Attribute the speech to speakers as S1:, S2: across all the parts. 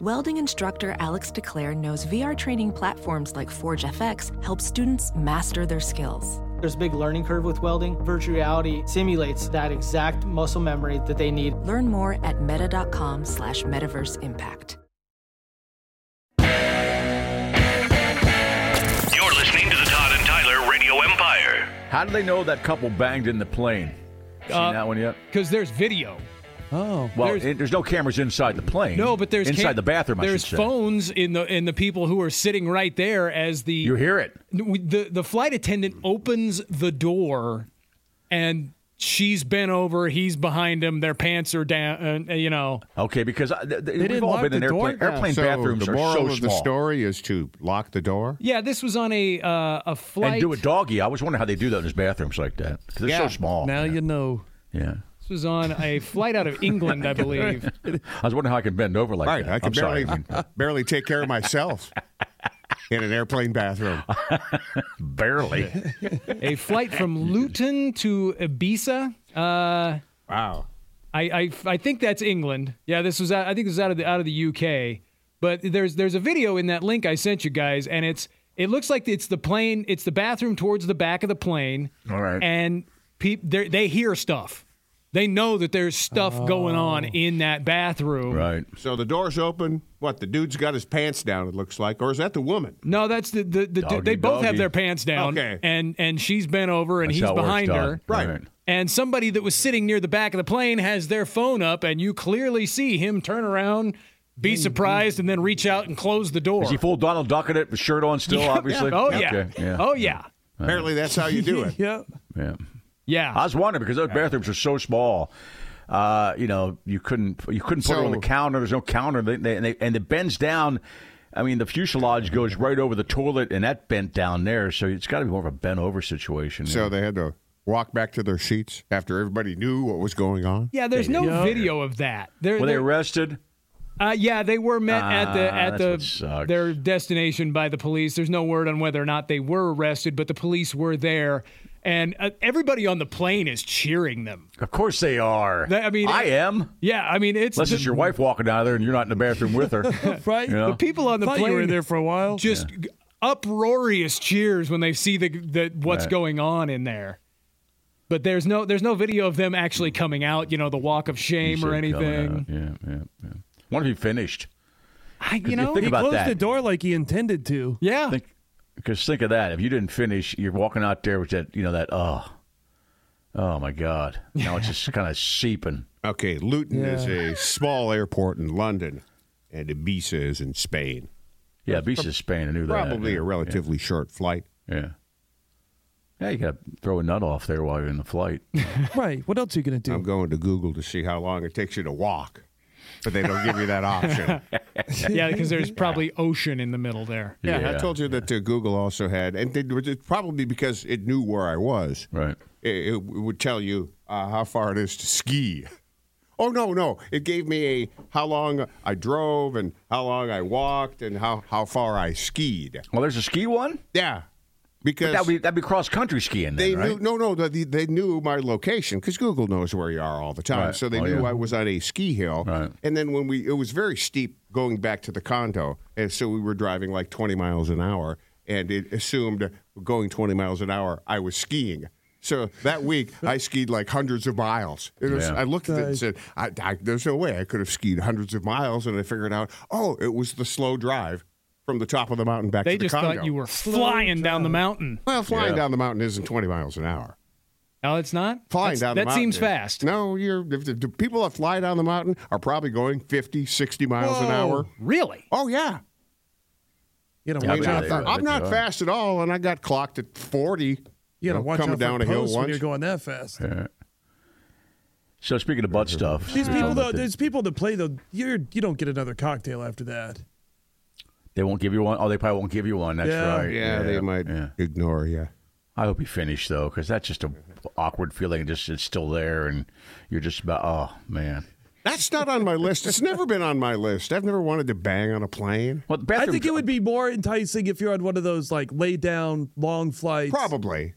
S1: Welding instructor Alex DeClaire knows VR training platforms like Forge FX help students master their skills.
S2: There's a big learning curve with welding. Virtual reality simulates that exact muscle memory that they need.
S1: Learn more at meta.com slash metaverse impact.
S3: You're listening to the Todd and Tyler Radio Empire.
S4: How do they know that couple banged in the plane? Seen
S5: Uh,
S4: that one yet?
S5: Because there's video.
S4: Oh, well,
S5: there's-
S4: there's, there's no cameras inside the plane.
S5: No, but there's
S4: inside
S5: cam-
S4: the bathroom.
S5: There's
S4: I should say.
S5: phones in the in the people who are sitting right there as the
S4: You hear it?
S5: the the flight attendant opens the door, and she's bent over. He's behind him. Their pants are down. Uh, you know.
S4: Okay, because I, th- th-
S6: They
S4: we've
S6: didn't
S4: all
S6: lock
S4: been in
S6: the door
S4: airplane,
S6: down.
S4: airplane
S6: so
S4: bathrooms
S6: the
S4: are
S6: moral
S4: so
S6: of
S4: small.
S6: the story is to lock the door.
S5: Yeah, this was on a uh, a flight.
S4: and do a doggy. I was wondering how they do that in his bathrooms like that because they're
S6: Yeah.
S4: so small.
S5: Now you know.
S4: yeah.
S5: This was on a flight out of England, I believe.
S4: I was wondering how I can bend over like
S6: Right,
S4: that.
S6: I can
S4: am
S6: barely
S4: sorry.
S6: barely take care of myself in an airplane bathroom.
S4: barely.
S5: A flight from Luton to Ibiza. Uh,
S6: Wow.
S5: I, I, I think that's England. Yeah, this was out, I think this was out of the out of the UK. But there's there's a video in that link I sent you guys, and it's it looks like it's the plane, it's the bathroom towards the back of the plane.
S4: All right.
S5: And peop, they they hear stuff. They know that there's stuff going on in that bathroom.
S4: right.
S6: So the door's open. What the dude's got his pants down. It looks like, or is that the woman?
S5: No, that's the the, the
S4: Doggy,
S5: they both have
S4: doggy.
S5: their pants down,
S6: Okay.
S5: and and she's bent over and
S4: That's
S5: he's
S4: how it works,
S5: behind
S4: Todd.
S5: her.
S6: Right.
S5: And somebody that was sitting near the back of the plane has their phone up, and you clearly see him turn around, be surprised, and then reach out and close the door.
S4: Is he full Donald Duck in it with shirt on still? Obviously.
S5: Oh
S4: Okay,
S5: yeah.
S4: yeah.
S5: Oh yeah.
S6: Apparently, that's how you do it.
S5: Yeah.
S4: Yeah.
S5: Yeah.
S4: I was wondering because those bathrooms are so small. Uh, you know, you couldn't you couldn't put it on the
S6: So-
S4: counter. There's no counter, they, they, and, they, and it bends down. I mean, the fuselage goes right over the toilet, and that bent down there. So it's got to be more of a bent over situation.
S6: So they had to walk back to their seats after everybody knew what was going on.
S5: yeah, there's no video of that. They're,
S4: were they
S5: they're-
S4: arrested?
S5: uh, yeah, they were met at the
S4: Ah,
S5: at
S4: that's what
S5: the
S4: sucks.
S5: their destination by the police. There's no word on whether or not they were arrested, but the police were there, and uh, everybody on the plane is cheering them.
S4: Of course they are.
S5: They- I mean,
S4: I am.
S5: Yeah, I mean it's
S4: Unless
S5: the-
S4: it's your wife walking out of there and you're not in the bathroom with her.
S7: Right?
S4: You know?
S5: the people on the
S7: Thought you
S5: plane
S7: were in there for a while.
S5: Just g uproarious cheers when they see the, the what's
S4: Right.
S5: going on in there. But there's no there's no video of them
S4: Mm.
S5: actually coming out. You know, the walk of shame or
S4: Shit coming
S5: anything.
S4: out. Yeah, yeah, yeah. What if you finished?
S5: I, you
S4: you
S5: know,
S4: think
S7: he
S4: about
S7: closed
S4: that.
S7: the door like he intended to.
S5: yeah,
S4: Think, because think of that. If you didn't finish, you're walking out there with that, you know, that, oh, oh my God. Now it's just kind of seeping.
S6: Okay, Luton is a small airport in London, and Ibiza is in Spain.
S4: Yeah, Beast of Spain. I knew that.
S6: Probably a relatively short flight.
S4: Yeah. Yeah, you got to throw a nut off there while you're in the flight.
S7: Right. What else are you going to
S6: I'm
S7: do?
S6: going to Google to see how long it takes you to walk, but they don't give you that option.
S5: yeah, because there's probably ocean in the middle there.
S6: Yeah, I told you that uh, Google also had, and they, it's probably because it knew where I was.
S4: Right.
S6: It, it would tell you uh, how far it is to ski. Oh no, no! It gave me a how long I drove and how long I walked and how how far I skied.
S4: Well, there's a ski one?
S6: Yeah, because
S4: That'd be, that'd be cross country skiing then,
S6: they
S4: right?
S6: knew no, no, they, they knew my location because Google knows where you are all the time.
S4: Right.
S6: So they
S4: Oh,
S6: knew
S4: yeah.
S6: I was on a ski hill.
S4: Right.
S6: And then when we, it was very steep going back to the condo, and so we were driving like 20 miles an hour, and it assumed going 20 miles an hour I was skiing. So that week, I skied like hundreds of miles. It was,
S4: Yeah.
S6: I looked at it and said, I, I, "There's no way I could have skied hundreds of miles." And I figured out, oh, it was the slow drive from the top of the mountain back
S5: They
S6: to the
S5: just
S6: condo.
S5: thought you were flying down the mountain.
S6: well, flying down the mountain isn't 20 miles an hour.
S5: No, it's not.
S6: Flying
S5: That's-
S6: down the
S5: That
S6: mountain.
S5: seems
S6: is-
S5: fast.
S6: No, you're if the, the people that fly down the mountain are probably going 50, 60 miles an hour.
S5: Really?
S6: Oh yeah.
S7: You gotta
S4: Yeah,
S7: watch
S4: but
S7: out
S4: they-
S7: for
S4: I
S6: I'm
S4: bet
S6: not
S4: you are.
S6: fast at all, and I got clocked at 40.
S7: you gotta
S6: know,
S7: watch
S6: coming
S7: out
S6: down
S7: for
S6: a hill
S7: posts when
S6: once.
S7: you're going that fast.
S4: So speaking of butt stuff,
S7: These
S4: we
S7: people,
S4: talked
S7: though,
S4: about the-
S7: there's people that play though. You're you don't get another cocktail after that.
S4: they won't give you one. Oh, they probably won't give you one. That's
S7: Yeah.
S4: right.
S6: yeah, they might
S4: yeah.
S6: ignore you.
S4: I hope you finish though, because that's just a awkward feeling. Just it's still there, and you're just about oh man.
S6: That's not on my list. It's never been on my list. I've never wanted to bang on a plane.
S4: Well, the
S7: I
S4: bathroom,
S7: think it would be more enticing if you're on one of those like lay down long flights.
S6: Probably.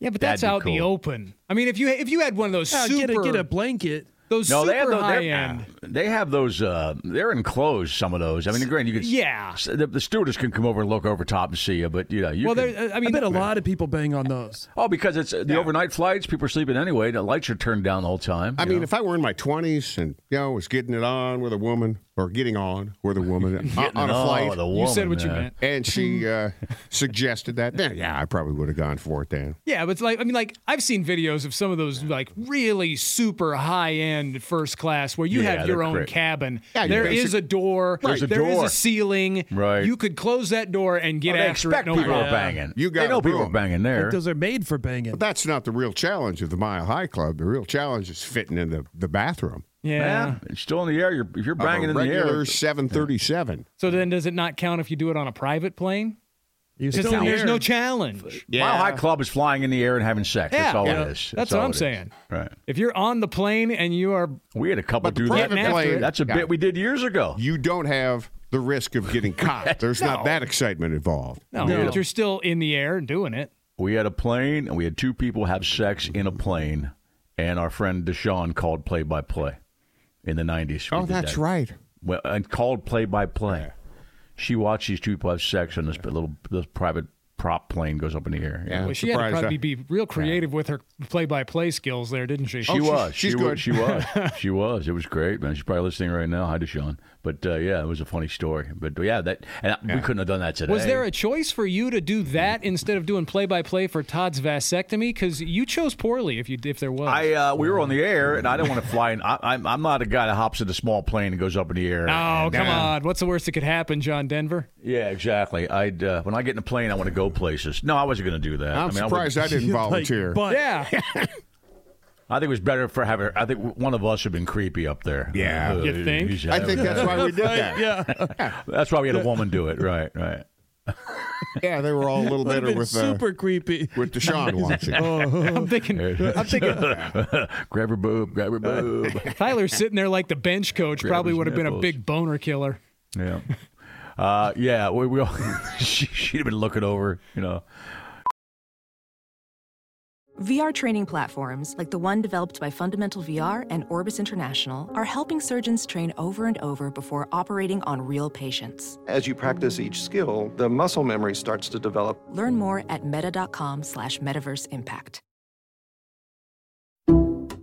S5: Yeah, but
S4: That'd
S5: that's
S4: be
S5: out in the
S4: cool.
S5: open. I mean, if you if you had one of those
S7: Yeah,
S5: super
S7: get a get a blanket.
S5: those
S4: No,
S5: super
S4: they have those.
S5: high
S4: They're,
S5: end.
S4: They have those. Uh, they're enclosed. Some of those. I mean, granted, you could.
S5: Yeah.
S4: s- The, the stewardess can come over and look over top and see you, but you know, you
S5: Well, uh,
S4: can-
S5: there. I
S7: I
S5: mean,
S7: bet a lot of people bang on those.
S4: oh, because it's the overnight flights. People are sleeping anyway. The lights are turned down the whole time.
S6: I
S4: you
S6: mean,
S4: know.
S6: if I were in my 20s and, you know, was getting it on with a woman or getting on with a woman on, on a
S4: Oh,
S6: flight.
S4: the
S5: you
S4: woman,
S5: said what you
S4: man.
S5: meant.
S6: and she uh, suggested that. Yeah, yeah, I probably would have gone for it then.
S5: Yeah, but it's like I mean, like I've seen videos of some of those like really super high end first class where you
S4: Yeah,
S5: have your
S4: they're
S5: own
S4: great.
S5: cabin.
S6: Yeah, you
S5: there
S6: basic-
S5: is a door.
S4: There's a
S5: There is
S4: door.
S5: a ceiling.
S4: Right.
S5: You could close that door and get
S4: Well, they
S5: after it.
S4: expect
S5: No
S4: people are
S5: problem.
S4: banging.
S6: You
S4: they
S6: got
S4: know
S6: a
S4: people are
S6: room.
S4: banging there.
S7: Like those are made for banging.
S6: But that's not the real challenge of the Mile High Club. The real challenge is fitting in the, the bathroom.
S5: Yeah.
S4: Yeah, it's still in the air. You're, if you're
S6: of a
S4: banging in the
S6: regular
S4: air.
S6: 737.
S5: So then, does it not count if you do it on a private plane?
S7: You're
S5: Because
S7: still
S5: then
S7: in the
S5: there's
S7: air.
S5: no challenge.
S4: Mile High Club is flying in the air and having sex. that's
S5: Yeah.
S4: all
S5: Yeah.
S4: it is.
S5: That's
S4: all
S5: what I'm
S4: it is.
S5: saying.
S4: Right.
S5: If you're on the plane and you are
S4: We had a couple
S6: But the
S4: do that.
S6: private plane-
S4: That's a
S6: Yeah.
S4: bit we did years ago.
S6: You don't have the risk of getting caught. There's not that excitement involved.
S5: no, but you're still in the air doing it.
S4: We had a plane and we had two people have sex in a plane, and our friend Deshaun called play by play in the 90s. We
S6: Oh,
S4: did
S6: that's
S4: that.
S6: right.
S4: Well, and called play by play. She watched these two people have sex on this little this private prop plane goes up in the air.
S6: Yeah, I'm
S5: Well, she had to
S6: surprised
S5: probably
S6: I-
S5: be real creative with her play-by-play skills there, didn't she?
S4: She
S6: Oh, she's-
S4: was.
S6: she's
S4: she
S6: good.
S4: Was, she was. she was. It was great, man. She's probably listening right now. Hi, Deshaun. But uh, yeah, it was a funny story. But yeah, that and we couldn't have done that today.
S5: Was there a choice for you to do that instead of doing play by play for Todd's vasectomy? Because you chose poorly if you if there was.
S4: I uh, we were on the air, and I don't want to fly. In, I, I'm I'm not a guy that hops in a small plane and goes up in the air.
S5: oh come on! What's the worst that could happen, John Denver?
S4: Yeah, exactly. I'd uh, when I get in a plane, I want to go places. No, I wasn't going to do that.
S6: I'm
S4: I mean, I
S6: surprised
S4: would-
S6: I, didn't volunteer.
S7: Like, but
S5: Yeah,
S4: I, think it was better for having. I think one of us had been creepy up there.
S6: Yeah.
S4: Uh,
S5: You think?
S4: he's-
S6: I think that's why we did that. yeah.
S4: that's why we had a woman do it. Right, right.
S6: they were all a little
S7: would have
S6: bitter
S7: been
S6: with
S7: super creepy.
S6: uh, with Deshaun watching.
S5: I'm thinking. I'm thinking
S4: grab her boob, grab her
S6: Uh,
S4: boob.
S5: Tyler sitting there like the bench coach probably
S4: his
S5: would have been a
S4: nipples.
S5: big boner killer.
S4: Yeah. Uh, yeah, we, we all, she, she'd have been looking over, you know.
S1: VR training platforms, like the one developed by Fundamental VR and Orbis International, are helping surgeons train over and over before operating on real patients.
S8: As you practice each skill, the muscle memory starts to develop.
S1: Learn more at meta.com slash metaverse impact.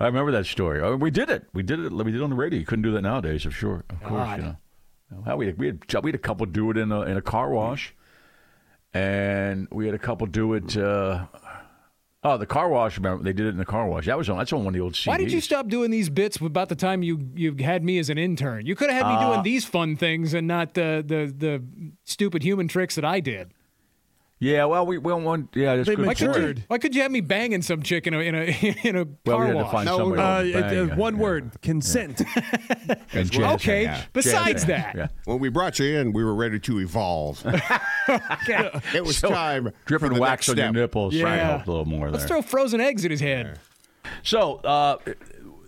S4: I remember that story. Oh, we did it. We did it. We did it on the radio. You couldn't do that nowadays, of sure. Of course, you know. How we we had we had a couple do it in a in a car wash, and we had a couple do it. Uh, oh, the car wash. Remember they did it in the car wash. That was on. That's on one of the old CDs.
S5: Why did you stop doing these bits about the time you you had me as an intern? You could have had me doing these fun things and not the the the stupid human tricks that I did.
S4: Yeah, well, we we don't want. Yeah, that's
S7: They
S4: good.
S5: Why could,
S7: Matured.
S5: you, why could you have me banging some chick in a in a in a
S4: Well, we
S5: car
S4: had to
S5: wash?
S4: find
S7: No,
S4: somebody
S7: uh,
S4: to bang,
S7: it- uh,
S4: yeah,
S7: one
S4: yeah.
S7: word: consent.
S4: And jazz
S5: okay.
S4: hands.
S5: Besides
S4: Jazz hands,
S5: that.
S4: yeah.
S6: When we brought you in, we were ready to evolve. It was
S4: So,
S6: time for
S4: dripping
S6: the
S4: wax
S6: next
S4: on your
S6: step.
S4: nipples. Yeah,
S5: Yeah.
S4: helped a little more.
S5: Let's
S4: there.
S5: throw frozen eggs at his head.
S4: So uh,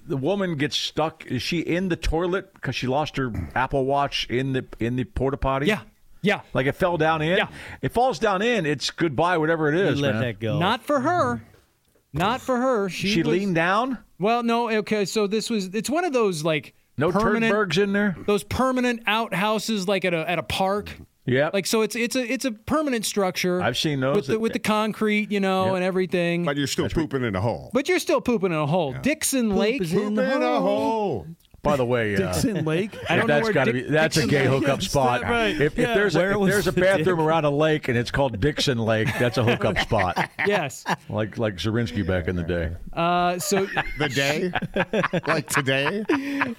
S4: the woman gets stuck. Is she in the toilet because she lost her Apple Watch in the in the porta potty?
S5: Yeah. Yeah.
S4: Like it fell down in. Yeah. It falls down in, it's goodbye, whatever it is.
S9: let
S4: man.
S9: that go.
S5: Not for her.
S6: Mm-hmm.
S5: Not for her. She,
S4: She
S5: was-
S4: leaned down?
S5: Well, no. Okay, so this was. It's one of those like
S4: No
S5: permanent
S4: Turnbergs in there.
S5: Those permanent outhouses, like at a at a park.
S4: Yeah.
S5: Like so, it's it's a it's a permanent structure.
S4: Mm-hmm. I've seen those.
S5: with the, with the concrete, you know,
S4: Yep.
S5: and everything.
S6: But you're still pooping in a hole.
S5: But you're still pooping in a hole. Dixon Lake.
S6: is in the Pooping in a hole.
S4: By the way, uh,
S7: Dixon Lake?
S4: if
S7: I don't know
S4: that's
S7: where
S4: got to be
S7: Dick-
S4: that's a
S7: Dixon
S4: gay
S7: Lake
S4: hookup
S7: is. Is
S4: spot.
S7: that right?
S4: If,
S7: Yeah.
S4: if there's
S7: Where
S4: a, if
S7: was
S4: there's a
S7: the
S4: bathroom
S7: dick?
S4: around a lake and it's called Dixon Lake, that's a hookup spot.
S5: Yes.
S4: Like like Zerinsky back in the day.
S5: Uh, so
S6: the day, like today.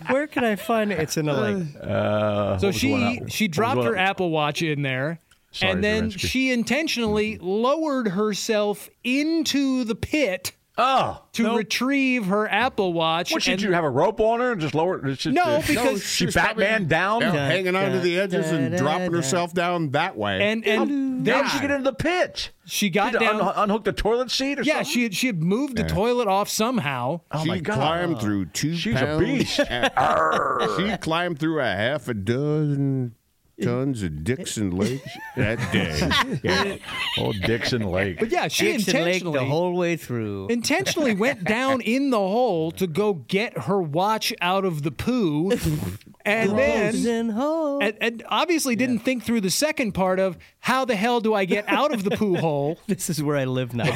S9: Where can I find it? It's in a lake.
S4: Uh, what
S5: So
S4: was the one
S5: she
S4: out-
S5: she
S4: what was
S5: dropped
S4: the
S5: her
S4: one out-
S5: Apple Watch in there,
S4: Sorry, Mm-hmm.
S5: and then
S4: Zerinsky.
S5: she intentionally lowered herself into the pit.
S4: Oh,
S5: to retrieve her Apple Watch.
S4: What she
S5: and-
S4: do? Have a rope on her and just lower? it? It's just-
S5: No,
S4: it's-
S5: because-
S4: she
S6: She's
S4: Batman
S6: probably
S4: down,
S6: yeah, hanging onto the edges and dropping herself down that way. Oh,
S5: and and
S4: How
S5: then
S4: did she
S5: she,
S4: get into the pit?
S5: she got
S4: Did it
S5: down.
S4: un- unhook the toilet seat or
S5: yeah,
S4: something?
S5: she had, she had moved the toilet off somehow.
S4: Oh
S6: she
S4: my God.
S6: climbed through two
S4: She's a
S6: pounds.
S4: beast.
S6: and- she climbed through a half a dozen tons of Dixon Lake that day. Yeah.
S4: Oh, Dixon Lake.
S5: But yeah, she
S9: Dixon Lake
S5: intentionally
S9: the whole way through.
S5: intentionally went down in the hole to go get her watch out of the poo, and then.
S9: Frozen hole.
S5: And, and obviously didn't think through the second part of how the hell do I get out of the poo hole?
S9: This is where I live now.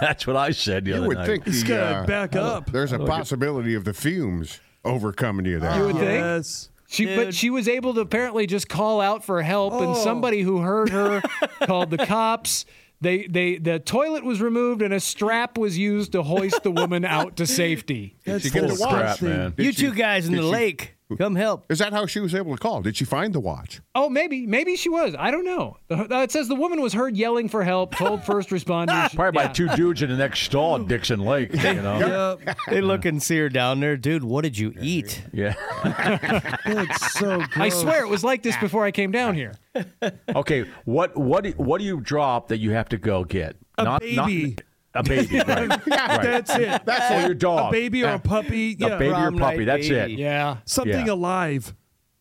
S4: That's what I said the
S6: You
S4: other
S6: would
S4: night.
S6: think
S7: He's
S6: the,
S7: gotta
S6: uh,
S7: back up.
S6: there's a possibility of the fumes overcoming you there. Uh-huh.
S5: would think.
S7: Yes.
S5: She, but
S9: Dude. Oh.
S5: she was able to apparently just call out for help, and somebody who heard her called the cops. They, they, the toilet was removed, and a strap was used to hoist the woman out to safety.
S7: That's
S6: she get
S7: full
S6: the
S7: of
S6: watch?
S7: crap,
S4: Crap, man.
S9: you
S6: Did she-
S9: two guys in
S6: did
S9: the
S6: she-
S9: lake, come help.
S6: Is that how she was able to call? Did she find the watch?
S5: Oh, maybe, maybe she was. I don't know. The- uh, It says the woman was heard yelling for help, told first responders.
S4: Probably
S5: yeah. Uh,
S4: by two dudes in the next stall at Dixon Lake. You know?
S7: Yep.
S9: They look and see her down there, dude. What did you eat?
S4: yeah.
S7: That's so gross.
S5: I swear it was like this before I came down here.
S4: Okay. What what do- what do you drop that you have to go get?
S7: A baby.
S4: a baby. Right. right.
S7: That's it.
S4: That's for your
S7: A
S4: dog.
S7: baby or a puppy.
S4: A
S7: yeah.
S4: baby or
S9: Prom
S4: puppy.
S9: night
S4: That's
S9: baby.
S4: it.
S5: Yeah.
S7: Something
S4: Yeah.
S7: alive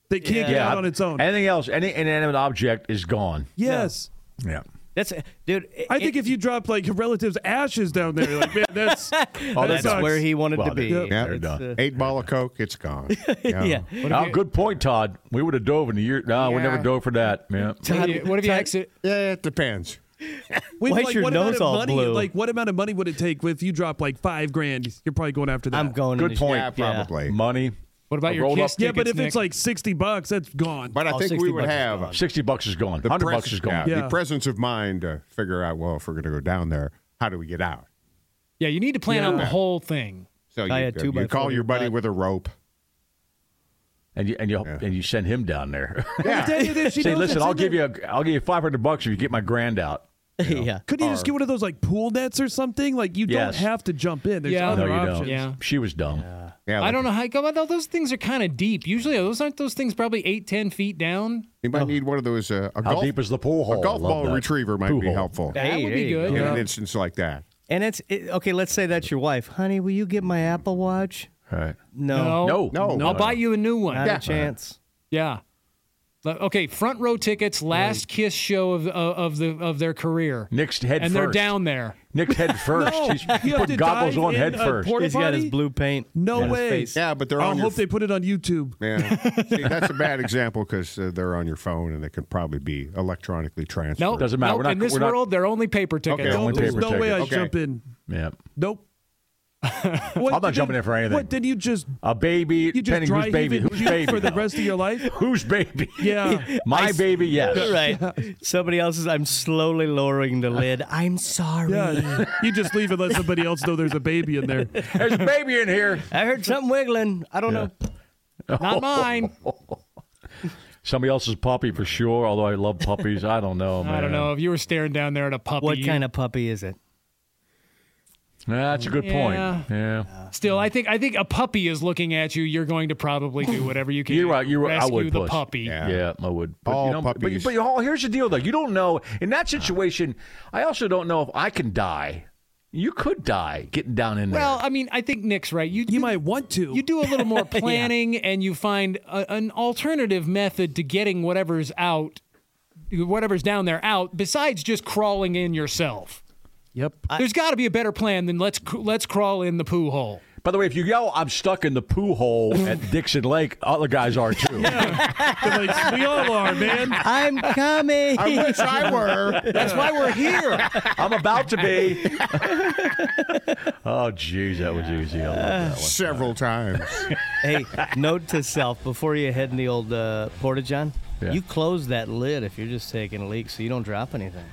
S7: that can't get out on its own.
S4: Anything else? Any inanimate object is gone.
S7: yes.
S4: Yeah.
S9: That's dude. it-
S7: I think
S9: it-
S7: if you drop like your relative's ashes down there, like man, that's
S4: Oh,
S9: that's
S7: sucks.
S9: where he wanted
S4: Well,
S9: to be.
S4: they're- they're
S9: It's,
S4: done.
S9: uh,
S6: Eight ball of coke, it's gone.
S9: yeah.
S4: Oh, good point, Todd. We would have dove in the year. No, we never dove for that. Yeah.
S5: What if you, what if you exit?
S6: Yeah, it depends.
S7: Wait,
S9: Why's your
S7: what
S9: nose
S7: amount of
S9: all
S7: money,
S9: blue?
S7: Like, what amount of money would it take if you drop like five grand? You're probably going after that.
S9: I'm going.
S4: Good
S9: to-
S4: point.
S9: yeah,
S6: Probably.
S4: Money.
S5: What about
S4: A
S5: your
S4: rolled
S5: kiss?
S4: up-
S7: Yeah, but
S5: tickets,
S7: if
S5: Nick?
S7: it's like sixty bucks, that's gone.
S6: But I
S9: Oh,
S6: think
S9: 60
S6: we would
S9: bucks is
S6: have
S9: gone.
S4: Sixty bucks is gone. Hundred
S6: pres-
S4: bucks is gone.
S6: yeah,
S7: Yeah.
S6: The presence of mind to figure out, well, if we're going to go down there, how do we get out?
S5: yeah, you need to plan out the
S6: Yeah.
S5: whole thing.
S6: So you,
S9: I had two
S6: you
S9: by
S6: call
S9: four
S6: your buddy
S9: butt.
S6: with a rope.
S4: And you and you and you send him down there.
S7: Every day that she
S4: Say,
S7: knows
S4: listen,
S7: it's
S4: I'll
S7: in
S4: give
S7: there.
S4: you a, I'll give you five hundred bucks if you get my grand out.
S9: yeah.
S7: Couldn't you just get one of those like pool nets or something? Like you
S4: Yes.
S7: don't have to jump in. There's
S5: Yeah.
S7: other
S4: no, Oh, you
S7: options.
S4: don't.
S5: Yeah.
S4: She was dumb.
S6: Yeah,
S5: I
S6: like-
S5: don't know how you go about that. Those things are kind of deep. Usually, those aren't those things probably eight, ten feet down.
S6: You might need one of those. Uh, a
S4: How
S6: golf,
S4: deep is the pool hole?
S6: A golf
S4: Love
S6: ball
S4: that.
S6: retriever might
S4: Pool
S6: be
S4: hole.
S6: helpul
S5: That
S9: Hey,
S5: would
S9: there
S5: be
S9: you
S5: good.
S6: in an instance like that.
S9: And it's it, okay. Let's say that's your wife, honey. Will you get my Apple Watch?
S4: All right.
S9: No,
S4: No.
S6: No.
S5: I'll buy you a new one.
S9: not
S5: Yeah.
S9: a chance.
S5: Le- Okay, front row tickets, last kiss show of of of the of their career,
S4: Nick's head first.
S5: and they're down there.
S4: Nick's head first.
S7: No,
S4: He's, he
S7: you have
S4: put
S7: to
S4: goggles
S7: dive
S4: on
S7: in
S4: head
S7: a
S4: first.
S7: porta
S9: He's got his
S7: potty?
S9: blue paint.
S7: No
S9: on his
S7: way.
S9: face.
S6: Yeah, but they're
S7: I
S6: on your.
S7: hope they put it on YouTube.
S6: yeah. See, that's a bad example because uh, they're on your phone and it could probably be electronically transferred.
S5: No,
S4: Doesn't matter. We're not-
S5: in this
S4: we're not-
S5: world, they're only paper tickets.
S6: Okay.
S7: No,
S4: only
S7: there's
S4: paper
S7: no way I
S4: tickets.
S6: Okay.
S7: jump in.
S4: Yeah.
S7: Nope. What
S4: I'm not
S7: did
S4: jumping
S7: you-
S4: in for anything.
S7: What did you just?
S4: A baby.
S7: You just
S4: depending
S7: dry
S4: whose baby.
S7: heaving
S4: Whose
S7: puke
S4: baby
S7: for the
S4: though?
S7: rest of your life?
S4: Whose baby?
S7: Yeah.
S4: My baby. Yes.
S9: Right. Somebody else's. I'm slowly lowering the lid. I'm sorry.
S7: Yeah, you just leave and let somebody else know there's a baby in there.
S4: There's a baby in here.
S9: I heard something wiggling. I don't know.
S5: Not mine.
S4: Somebody else's puppy for sure. Although I love puppies, I don't know, man.
S5: I don't know if you were staring down there at a puppy.
S9: What kind of puppy is it?
S4: Nah, that's a good
S5: Yeah.
S4: point. Yeah.
S5: Still, I think I think a puppy is looking at you. You're going to probably do whatever you can.
S4: You're
S5: to
S4: right. You're right. I
S5: rescue
S4: would
S5: the
S4: push.
S5: puppy.
S4: Yeah, I would.
S6: All
S4: you know, But, you-
S6: puppies.
S4: but oh, you all, here's the deal, though. You don't know in that situation. I also don't know if I can die. You could die getting down in there.
S5: Well, I mean, I think Nick's right. You, you, might
S7: want to.
S5: You do a little more planning, and you find a, an alternative method to getting whatever's out, whatever's down there out, besides just crawling in yourself.
S9: Yep.
S5: There's got to be a better plan than let's cr- let's crawl in the poo hole.
S4: By the way, if you yell, I'm stuck in the poo hole at Dixon Lake, other guys are too.
S7: we all are, man.
S9: I'm coming.
S6: I wish I were.
S5: That's why we're here.
S4: I'm about to be. oh, jeez, that was easy. I love that one.
S6: Several times.
S9: hey, note to self before you head in the old uh, porta john,
S4: Yeah.
S9: you close that lid if you're just taking a leak, so you don't drop anything.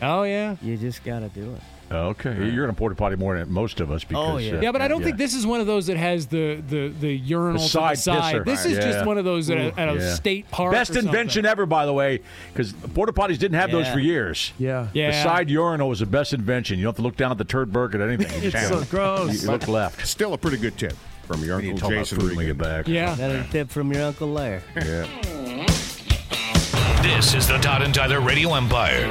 S5: Oh yeah.
S9: You just gotta do it.
S4: Okay, you're in a porta potty more than most of us because
S9: Oh, yeah.
S4: uh,
S5: Yeah, but I don't
S4: yeah.
S5: think this is one of those that has the the the urinal
S4: The
S5: to the
S4: side
S5: side.
S4: pisser.
S5: This is
S4: Yeah.
S5: just one of those at a, at a
S4: Yeah.
S5: state park. or
S4: Best
S5: something.
S4: invention ever, by the way, because porta potties didn't have those
S9: Yeah.
S4: for years.
S7: Yeah.
S5: Yeah.
S4: The side urinal was the best invention. You don't have to look down at the turd bucket or anything. You
S7: It's
S4: just
S7: so
S4: kinda-
S7: gross.
S4: You look left.
S6: Still a pretty good tip from your
S4: You
S6: uncle
S4: talk about
S6: Jason
S4: food when we
S6: Regan.
S4: get back.
S5: Yeah.
S9: That a tip from your Uncle Lair.
S6: Yeah.
S3: This is the Todd and Tyler Radio Empire.